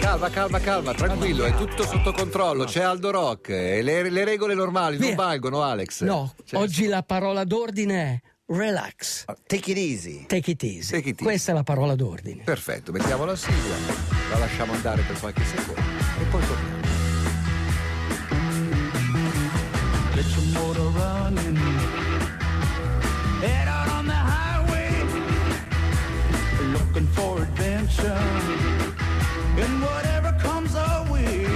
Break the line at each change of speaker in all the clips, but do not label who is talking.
calma, calma, calma, tranquillo, è tutto sotto controllo. C'è Aldo Rock. E le, le regole normali non
Via.
valgono, Alex.
No,
Cioè,
oggi la parola d'ordine è relax,
Take it easy.
take it easy.
Take it easy.
Questa è la parola d'ordine.
Perfetto, mettiamo la sigla, la lasciamo andare per qualche secondo e poi torniamo.
Get your motor running. Head out on the highway. Looking for adventure. And whatever comes our way.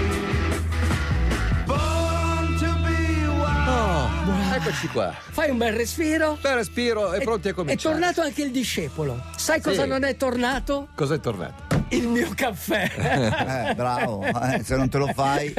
Born to be wild.
Oh, eccoci qua.
Fai un bel respiro.
Per respiro e pronti a
È
cominciare.
tornato anche il discepolo. Sai cosa
Sì.
non è tornato?
Cosa è tornato?
Il mio caffè.
Eh, bravo, eh, se non te lo fai.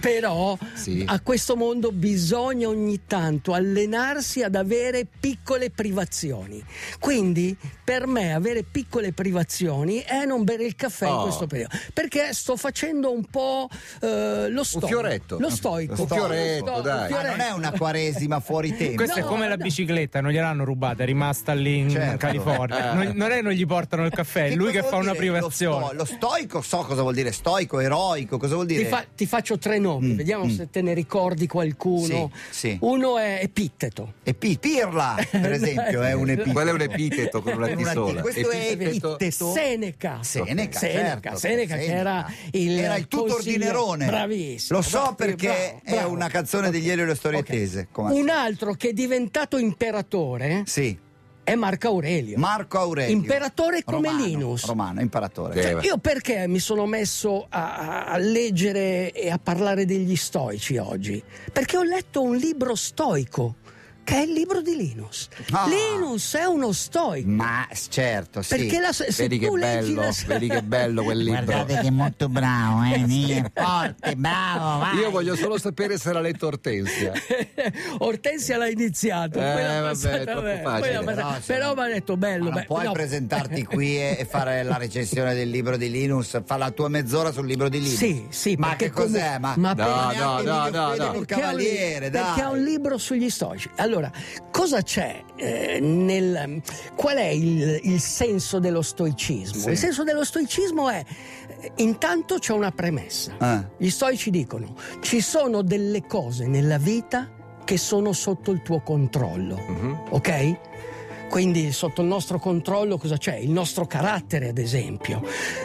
Però
Sì.
a questo mondo bisogna ogni tanto allenarsi ad avere piccole privazioni. Quindi per me avere piccole privazioni è non bere il caffè in
Oh.
questo periodo. Perché sto facendo un po' eh, lo stoico.
fioretto.
Lo stoico.
Un fioretto,
Lo
dai.
un
Ma Ah, non è una quaresima fuori tempo.
Questa
No,
è come la
no.
bicicletta, non gliel'hanno rubata, è rimasta lì in
Certo.
California. Non, non è non gli portano il caffè, è
Che
lui
cosa
che fa
vuol
una
dire
privazione.
Lo, sto- lo stoico, so cosa vuol dire stoico, eroico, cosa vuol dire?
Ti, fa- ti faccio tre nomi,
Mm,
vediamo
mm.
se te ne ricordi qualcuno.
Sì, sì.
Uno è Epitteto.
E pi- pirla, per esempio, è un epiteto.
Quello è un epiteto con una T
Una T.
sola.
Questo è
Epiteto-
epiteto.
Seneca. Seneca,
Seneca, certo,
Seneca, che era il
Era tutto
consigliere-
ordinerone.
Bravissimo.
Lo so
Bravo,
perché
bravo,
è
bravo.
una canzone degli Elio e le storie tese. come-
Un altro che è diventato imperatore
Sì,
è Marco Aurelio.
Marco Aurelio.
Imperatore come
Romano,
Linus.
Romano, imparatore.
Sì. Eh, beh.
Io perché mi sono messo a, a- a leggere e a parlare degli stoici oggi? Perché ho letto un libro stoico, che è il libro di Linus.
Ah.
Linus è uno stoico.
Ma s- certo, sì.
Perché la, se
Vedi
tu
che
leggi
bello,
la-
vedi che bello quel libro.
Guardate che è molto bravo, eh? Sì, è forte, bravo, vai.
Io voglio solo sapere se l'ha letto Ortensia.
Ortensia l'ha iniziato,
Eh,
poi l'ha
vabbè,
passata
è troppo
me, poi
facile.
l'ha passata-
Però, se
però
no-
mi ha detto bello.
Ma non
bello.
puoi
No.
presentarti qui e, e fare la recensione del libro di Linus, fa la tua mezz'ora sul libro di Linus.
Sì, sì,
Ma
perché
che cos'è?
comu-
Ma,
No,
ma
Ma neanche
no,
Emilio
no, no,
Fede
no.
col
Perché è un li-
Cavaliere, dai.
perché è un libro sugli stoici. Allora, cosa c'è eh, nel qual è il, il senso dello stoicismo?
Sì.
Il senso dello stoicismo è eh, intanto c'è una premessa.
Ah.
Gli stoici dicono: ci sono delle cose nella vita che sono sotto il tuo controllo,
Mhm.
ok? Quindi sotto il nostro controllo cosa c'è? Il nostro carattere, ad esempio,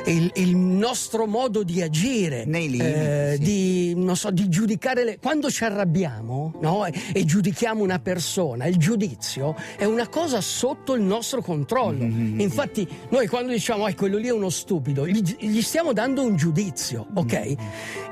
il, il nostro modo di agire, eh,
Nei limiti, sì.
di, non so, di giudicare le... Quando ci arrabbiamo no, e, e giudichiamo una persona, il giudizio è una cosa sotto il nostro controllo.
Mm-hmm.
Infatti noi quando diciamo "Ah, quello lì è uno stupido, gli, gli stiamo dando un giudizio, ok?
Mm-hmm.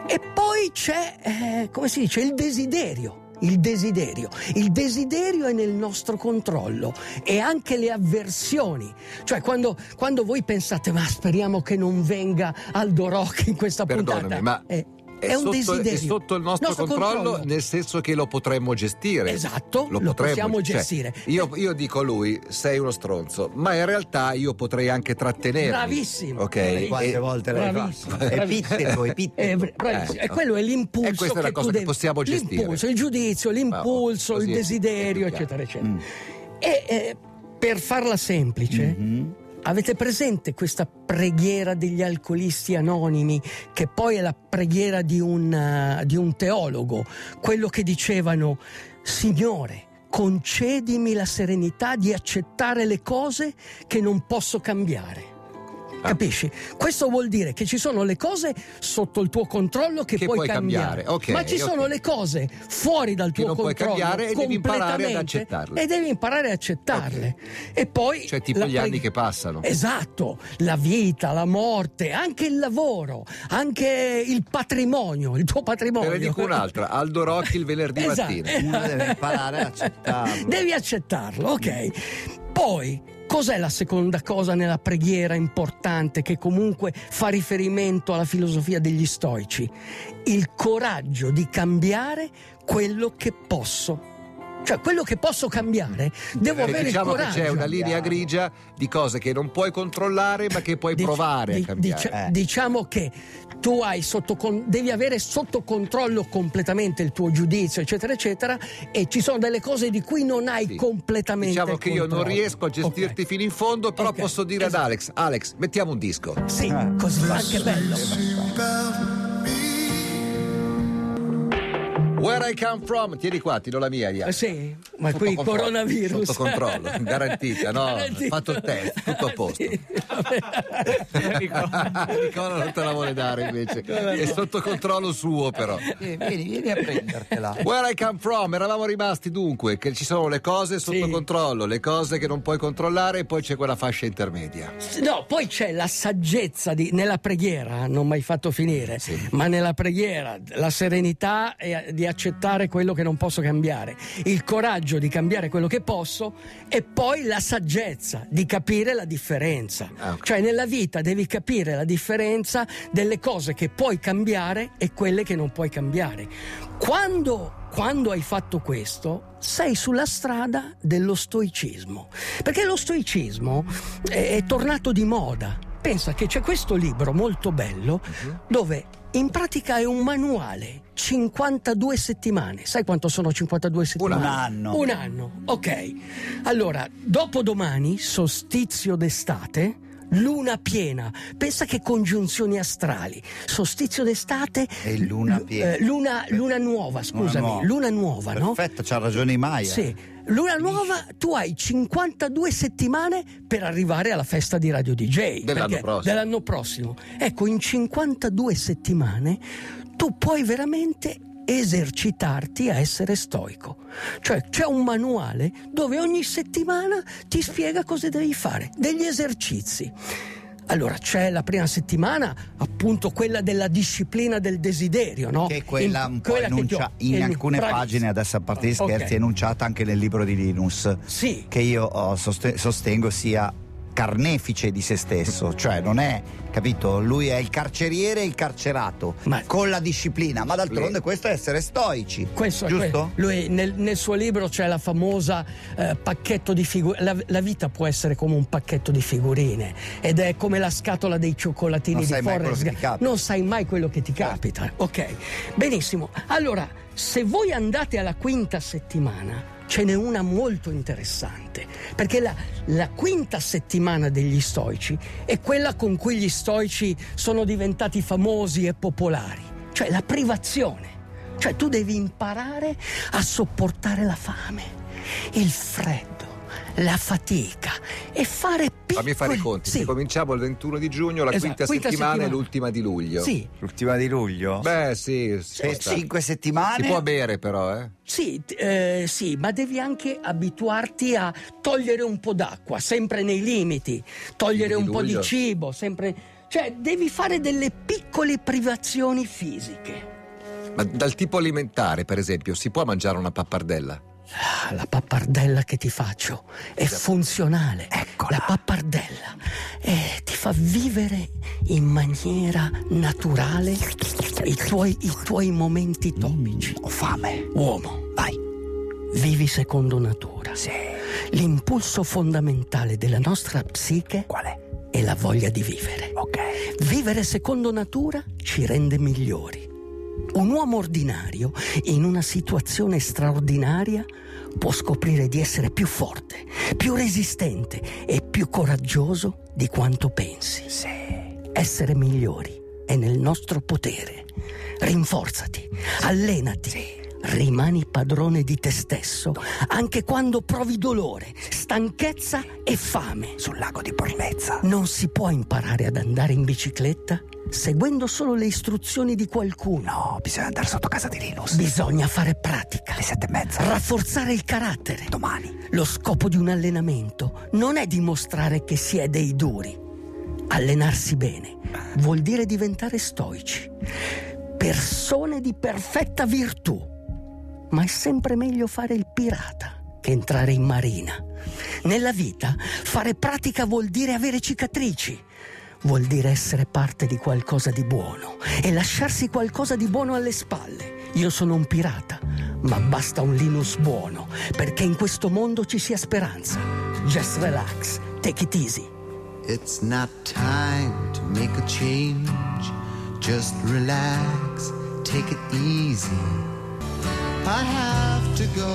E poi c'è, eh, come si dice, il desiderio. Il desiderio. Il desiderio è nel nostro controllo e anche le avversioni. Cioè, quando, quando voi pensate, ma speriamo che non venga Aldo Rock in questa puntata.
Perdonami, ma
eh,
È,
è, un
sotto,
desiderio.
è sotto il nostro, controllo, nel senso che lo potremmo gestire.
Esatto, lo,
potremmo,
possiamo
cioè,
gestire.
Io, io dico a lui: sei uno stronzo, ma in realtà io potrei anche trattenermi.
Bravissimo.
Ok.
Bravissimo.
Quante
E-
volte l'hai
Bravissimo,
fatto?
bravissimo.
Epiteto,
Eh,
epiteto.
bra- bravissimo.
Eh,
E quello è l'impulso.
e questa è la cosa
tu
che
devi-
possiamo gestire.
L'impulso, il giudizio, l'impulso,
Ah, così
il
è-
desiderio,
è più chiaro. Mm.
eccetera, eccetera. E eh, per farla semplice,
Mm.
Mhm.
avete presente questa preghiera degli alcolisti anonimi, che poi è la preghiera di un, eh, di un teologo, quello che dicevano, Signore. Concedimi la serenità di accettare le cose che non posso cambiare.
Ah.
Capisci? Questo vuol dire che ci sono le cose sotto il tuo controllo che,
Che
puoi,
puoi cambiare, ok,
ma ci
ok.
sono le cose fuori dal
Che
tuo
non puoi
controllo
cambiare e devi imparare ad
completamente,
accettarle.
E devi imparare ad accettarle. E poi
Cioè, tipo
la
gli anni
preghi-
che passano.
Esatto, la vita, la morte, anche il lavoro, anche il patrimonio, il tuo patrimonio.
Te ne dico un'altra, Aldo Rocchi il venerdì
Esatto.
mattina.
Uno deve imparare ad accettarlo.
Devi accettarlo, ok. Poi, cos'è la seconda cosa nella preghiera importante che comunque fa riferimento alla filosofia degli stoici? Il coraggio di cambiare quello che posso. Cioè, quello che posso cambiare, devo
Eh,
avere
diciamo
il
che
coraggio.
c'è una linea grigia di cose che non puoi controllare ma che puoi
Dic-
provare a
di-
cambiare.
dic-
Eh.
Diciamo che tu hai sotto con- devi avere sotto controllo completamente il tuo giudizio, eccetera, eccetera, e ci sono delle cose di cui non hai
Sì.
completamente
Diciamo che io non
controllo.
riesco a gestirti
Ok.
fino in fondo, però
Ok,
posso dire Ah.
esatto.
ad Alex, Alex, mettiamo un disco.
Sì, così, anche bello.
Where I come from, tieni qua, ti do la mia. Ia.
Eh Sì, ma
Sotto
qui
controllo,
coronavirus.
sotto controllo, garantita, no?
Garantita.
Fatto il test, tutto a posto.
Sì, vabbè.
Nicola non te la vuole dare invece, è sotto controllo suo però.
Eh,
Vieni, vieni, vieni a prendertela.
Where I come from, eravamo rimasti dunque che ci sono le cose sotto
Sì.
controllo, le cose che non puoi controllare e poi c'è quella fascia intermedia.
No, poi c'è la saggezza di- nella preghiera, eh, non mai fatto finire, ma nella preghiera la serenità e- di accettare quello che non posso cambiare, il coraggio di cambiare quello che posso e poi la saggezza di capire la differenza.
Ah, ok.
Cioè nella vita devi capire la differenza delle cose che puoi cambiare e quelle che non puoi cambiare. Quando, quando hai fatto questo, sei sulla strada dello stoicismo. Perché lo stoicismo è, è tornato di moda. Pensa che c'è questo libro molto bello
Mhm.
dove in pratica è un manuale 52 settimane. Sai quanto sono 52 settimane?
anno.
Un anno. Ok. Allora, dopodomani, sostizio d'estate, luna piena. Pensa che congiunzioni astrali. Sostizio d'estate
E luna
lu-
piena.
eh, luna, luna nuova, scusami,
nuova.
luna nuova, no?
Perfetto, c'ha ragione i Maia.
Sì. Luna nuova, tu hai 52 settimane per arrivare alla festa di Radio DJ.
Dell'anno
perché-
prossimo.
dell'anno prossimo. Ecco, in 52 settimane tu puoi veramente esercitarti a essere stoico. Cioè c'è un manuale dove ogni settimana ti spiega cosa devi fare, degli esercizi. Allora c'è la prima settimana, appunto quella della disciplina del desiderio, no?
Che è quella
Oh, In-
un po'
quella che ti ho-
enuncia in
enu-
alcune
bravissimo.
pagine, adesso a parte gli
Ok.
scherzi, è enunciata anche nel libro di Linus.
Sì.
Che io oh, soste- sostengo sia carnefice di se stesso, cioè non è, capito? Lui è il carceriere e il carcerato,
Ma-
con la disciplina, ma d'altronde
Lei-
questo è essere stoici.
Questo è
giusto?
que- lui nel, nel suo libro c'è la famosa eh, pacchetto di figurine. La, la vita può essere come un pacchetto di figurine ed è come la scatola dei cioccolatini
Non
di
sai mai quello
Forrest
che
Gump.
ti capita.
Non sai mai quello che ti capita. Ok, benissimo. Allora, se voi andate alla quinta settimana. Ce n'è una molto interessante, perché la, la quinta settimana degli stoici è quella con cui gli stoici sono diventati famosi e popolari, cioè la privazione. Cioè tu devi imparare a sopportare la fame, il freddo, la fatica e fare piccoli...
Fammi fare i conti,
Sì,
se cominciamo il 21 di giugno, la
Esatto,
quinta,
quinta
settimana, è
settimana.
l'ultima di luglio.
sì, Cioè,
L'ultima di luglio?
Beh, sì, si può
per
stare.
eh, cinque settimane.
Si può bere però, eh.
sì, t- eh, sì, ma devi anche abituarti a togliere un po' d'acqua, sempre nei limiti, togliere
Quindi di
un po' di
luglio.
cibo, sempre... Cioè devi fare delle piccole privazioni fisiche.
Ma dal tipo alimentare, per esempio, si può mangiare una pappardella?
Ah, la pappardella che ti faccio è
Esatto.
funzionale. Eccola. La pappardella eh, ti fa vivere in maniera naturale i tuoi, i tuoi momenti topici.
Ho fame.
Uomo, vai. Vivi secondo natura. Sì. L'impulso fondamentale della nostra psiche
Qual è?
è la voglia di vivere.
Ok.
Vivere secondo natura ci rende migliori. Un uomo ordinario, in una situazione straordinaria, può scoprire di essere più forte, più resistente e più coraggioso di quanto pensi. Essere migliori è nel nostro potere. Rinforzati, allenati. Rimani padrone di te stesso anche quando provi dolore, stanchezza e fame.
Sul lago di Pornezza.
Non si può imparare ad andare in bicicletta seguendo solo le istruzioni di qualcuno.
No, bisogna andare sotto casa di Linus.
Bisogna fare pratica,
Alle sette e mezza.
rafforzare il carattere.
Domani.
Lo scopo di un allenamento non è dimostrare che si è dei duri. Allenarsi bene vuol dire diventare stoici, persone di perfetta virtù. Ma è sempre meglio fare il pirata che entrare in marina. Nella vita fare pratica vuol dire avere cicatrici. Vuol dire essere parte di qualcosa di buono e lasciarsi qualcosa di buono alle spalle. Io sono un pirata, Ma basta un Linus buono perché in questo mondo ci sia speranza. Just relax, take it easy.
It's not time to make a change. Just relax, take it easy. I have to go.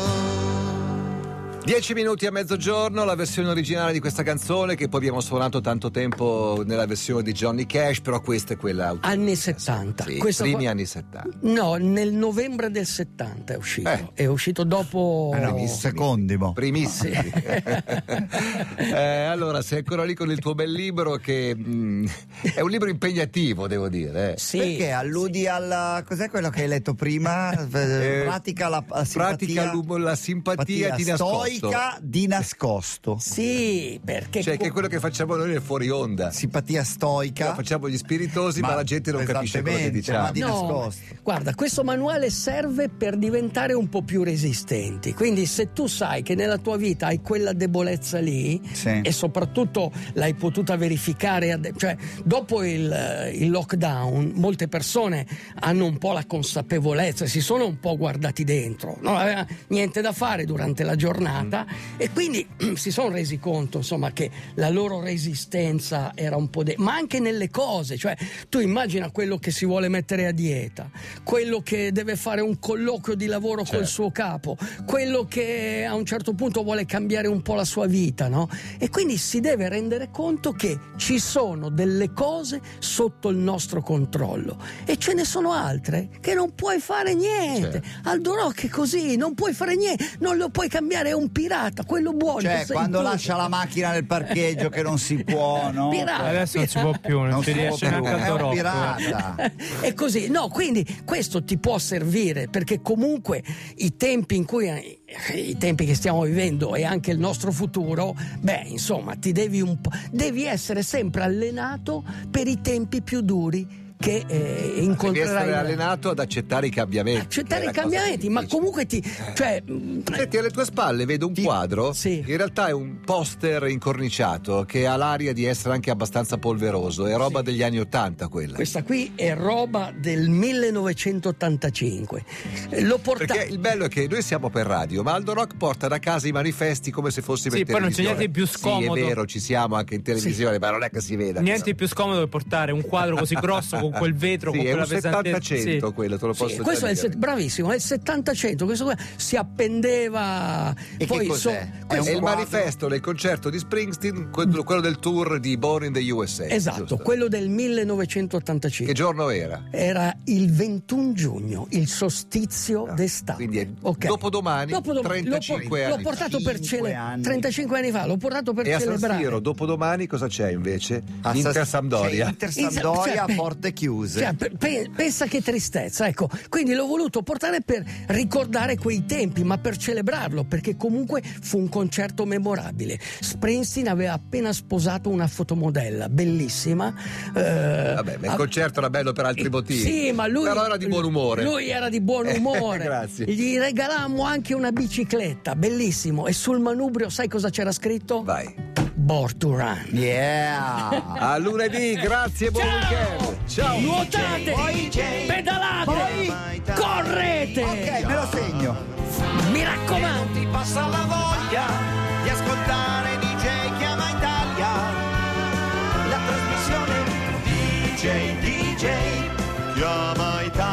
10 minuti a mezzogiorno, la versione originale di questa canzone che poi abbiamo suonato tanto tempo nella versione di Johnny Cash, però questa è quella autentica,
Anni
insomma.
70.
Sì,
Ah, Questa
primi
qua-
anni 70.
No, nel novembre del 70 è uscito.
Eh.
È uscito dopo.
Ah, no, secondi, mo.
Primissimi. Eh, allora, sei ancora lì con il tuo bel libro che mm, è un libro impegnativo, devo dire. eh.
Sì.
Perché alludi alla. Cos'è quello che hai letto prima?
Eh,
pratica la, la simpatia.
pratica l'um- la simpatia di nascosto.
Stoica di nascosto.
Sì, perché.
Cioè, che è quello che facciamo noi nel fuori onda.
Simpatia stoica.
Lo facciamo gli spiritosi, ma,
Ma-
la gente non capisce quello che
esattamente, ma
diciamo.
di- nascosto.
ma- Guarda, questo manuale serve per diventare un po' più resistenti. Quindi, se tu sai che nella tua vita hai quella debolezza lì,
Sì.
e soprattutto l'hai potuta verificare, ad- cioè dopo il, eh, il lockdown, molte persone hanno un po' la consapevolezza, si sono un po' guardati dentro, non aveva niente da fare durante la giornata e quindi si sono resi conto insomma che la loro resistenza era un po' de- ma anche nelle cose, cioè tu immagina quello che si vuole mettere a dieta, quello che deve fare un colloquio di lavoro col
Certo.
suo capo, quello che a un certo punto vuole cambiare un po' la sua vita, no? E quindi si deve rendere conto che ci sono delle cose sotto il nostro controllo e ce ne sono altre che non puoi fare niente.
Certo.
Aldo Rock è così, non puoi fare niente, non lo puoi cambiare, è un pirata, quello buono.
Cioè,
sei
quando
tu.
lascia la macchina nel parcheggio che non si può, no?
Pirata.
Eh, Adesso non si può più, non,
Non
ci
si può
riesce
più,
neanche eh. a
è un
Dorotto.
pirata.
è così, no, quindi questo ti può servire perché comunque i tempi in cui eh, i tempi che stiamo vivendo e anche il nostro futuro, beh, insomma, ti devi un po'- devi essere sempre allenato per i tempi più duri che eh,
Devi essere
incontrerai.
allenato ad accettare i cambiamenti. che è la
Accettare i
cosa
cambiamenti,
più
ma
difficile. Eh.
comunque ti cioè mh,
Senti, alle tue spalle vedo un quadro.
sì.
In realtà è un poster incorniciato che ha l'aria di essere anche abbastanza polveroso. È roba
Sì.
degli anni Ottanta quella.
questa qui è roba del 1985. Eh, L'ho portata
Perché il bello è che noi siamo per radio, ma Aldo Rock porta da casa i manifesti come se fossimo
Sì,
in
poi non c'è
televisione.
niente più scomodo.
Sì, è vero, ci siamo anche in televisione, ma non è che si veda.
Niente più scomodo che portare un quadro così grosso con quel vetro,
Sì,
con
è
quella
un
pesantezza.
70
Sì.
quello, te lo posso
Sì,
già
questo è il
dire.
set- bravissimo, è il 70-100, questo qua si appendeva
E che
poi
cos'è?
so-
È
È,
questo-
il manifesto del concerto di Springsteen, quello, quello del tour di Born in the USA.
Esatto,
giusto?
quello del
Che
1985.
giorno era?
Era il 21 giugno, il solstizio d'estate.
Ah, quindi è
Ok.
dopodomani, 35
l'ho,
anni
L'ho portato per
35
celebrare
anni.
35 anni fa, l'ho portato per
E a San
celebrare.
Siro, dopodomani, cosa c'è invece?
A Sass-
Inter Sampdoria.
Sì, Inter
In-
Sampdoria
cioè,
a porte chiuse.
cioè, pe- pe- pensa che tristezza, ecco. Quindi l'ho voluto portare per ricordare quei tempi, ma per celebrarlo, perché comunque fu un concerto memorabile. Springsteen aveva appena sposato una fotomodella bellissima. eh,
Vabbè, ma il
a-
concerto era bello per altri
eh,
motivi.
Sì, ma lui.
Però era di buon umore.
Lui era di buon
Eh,
umore.
grazie.
Gli regalammo anche una bicicletta, bellissimo. E sul manubrio, sai cosa c'era scritto?
Vai.
Born to Run.
Yeah!
A lunedì, grazie, buon weekend. Ciao.
Nuotate, pedalate, correte.
ok, me lo segno.
Mi raccomando.
ti passa la voglia di ascoltare DJ Chiama Italia. La trasmissione DJ DJ Chiama Italia.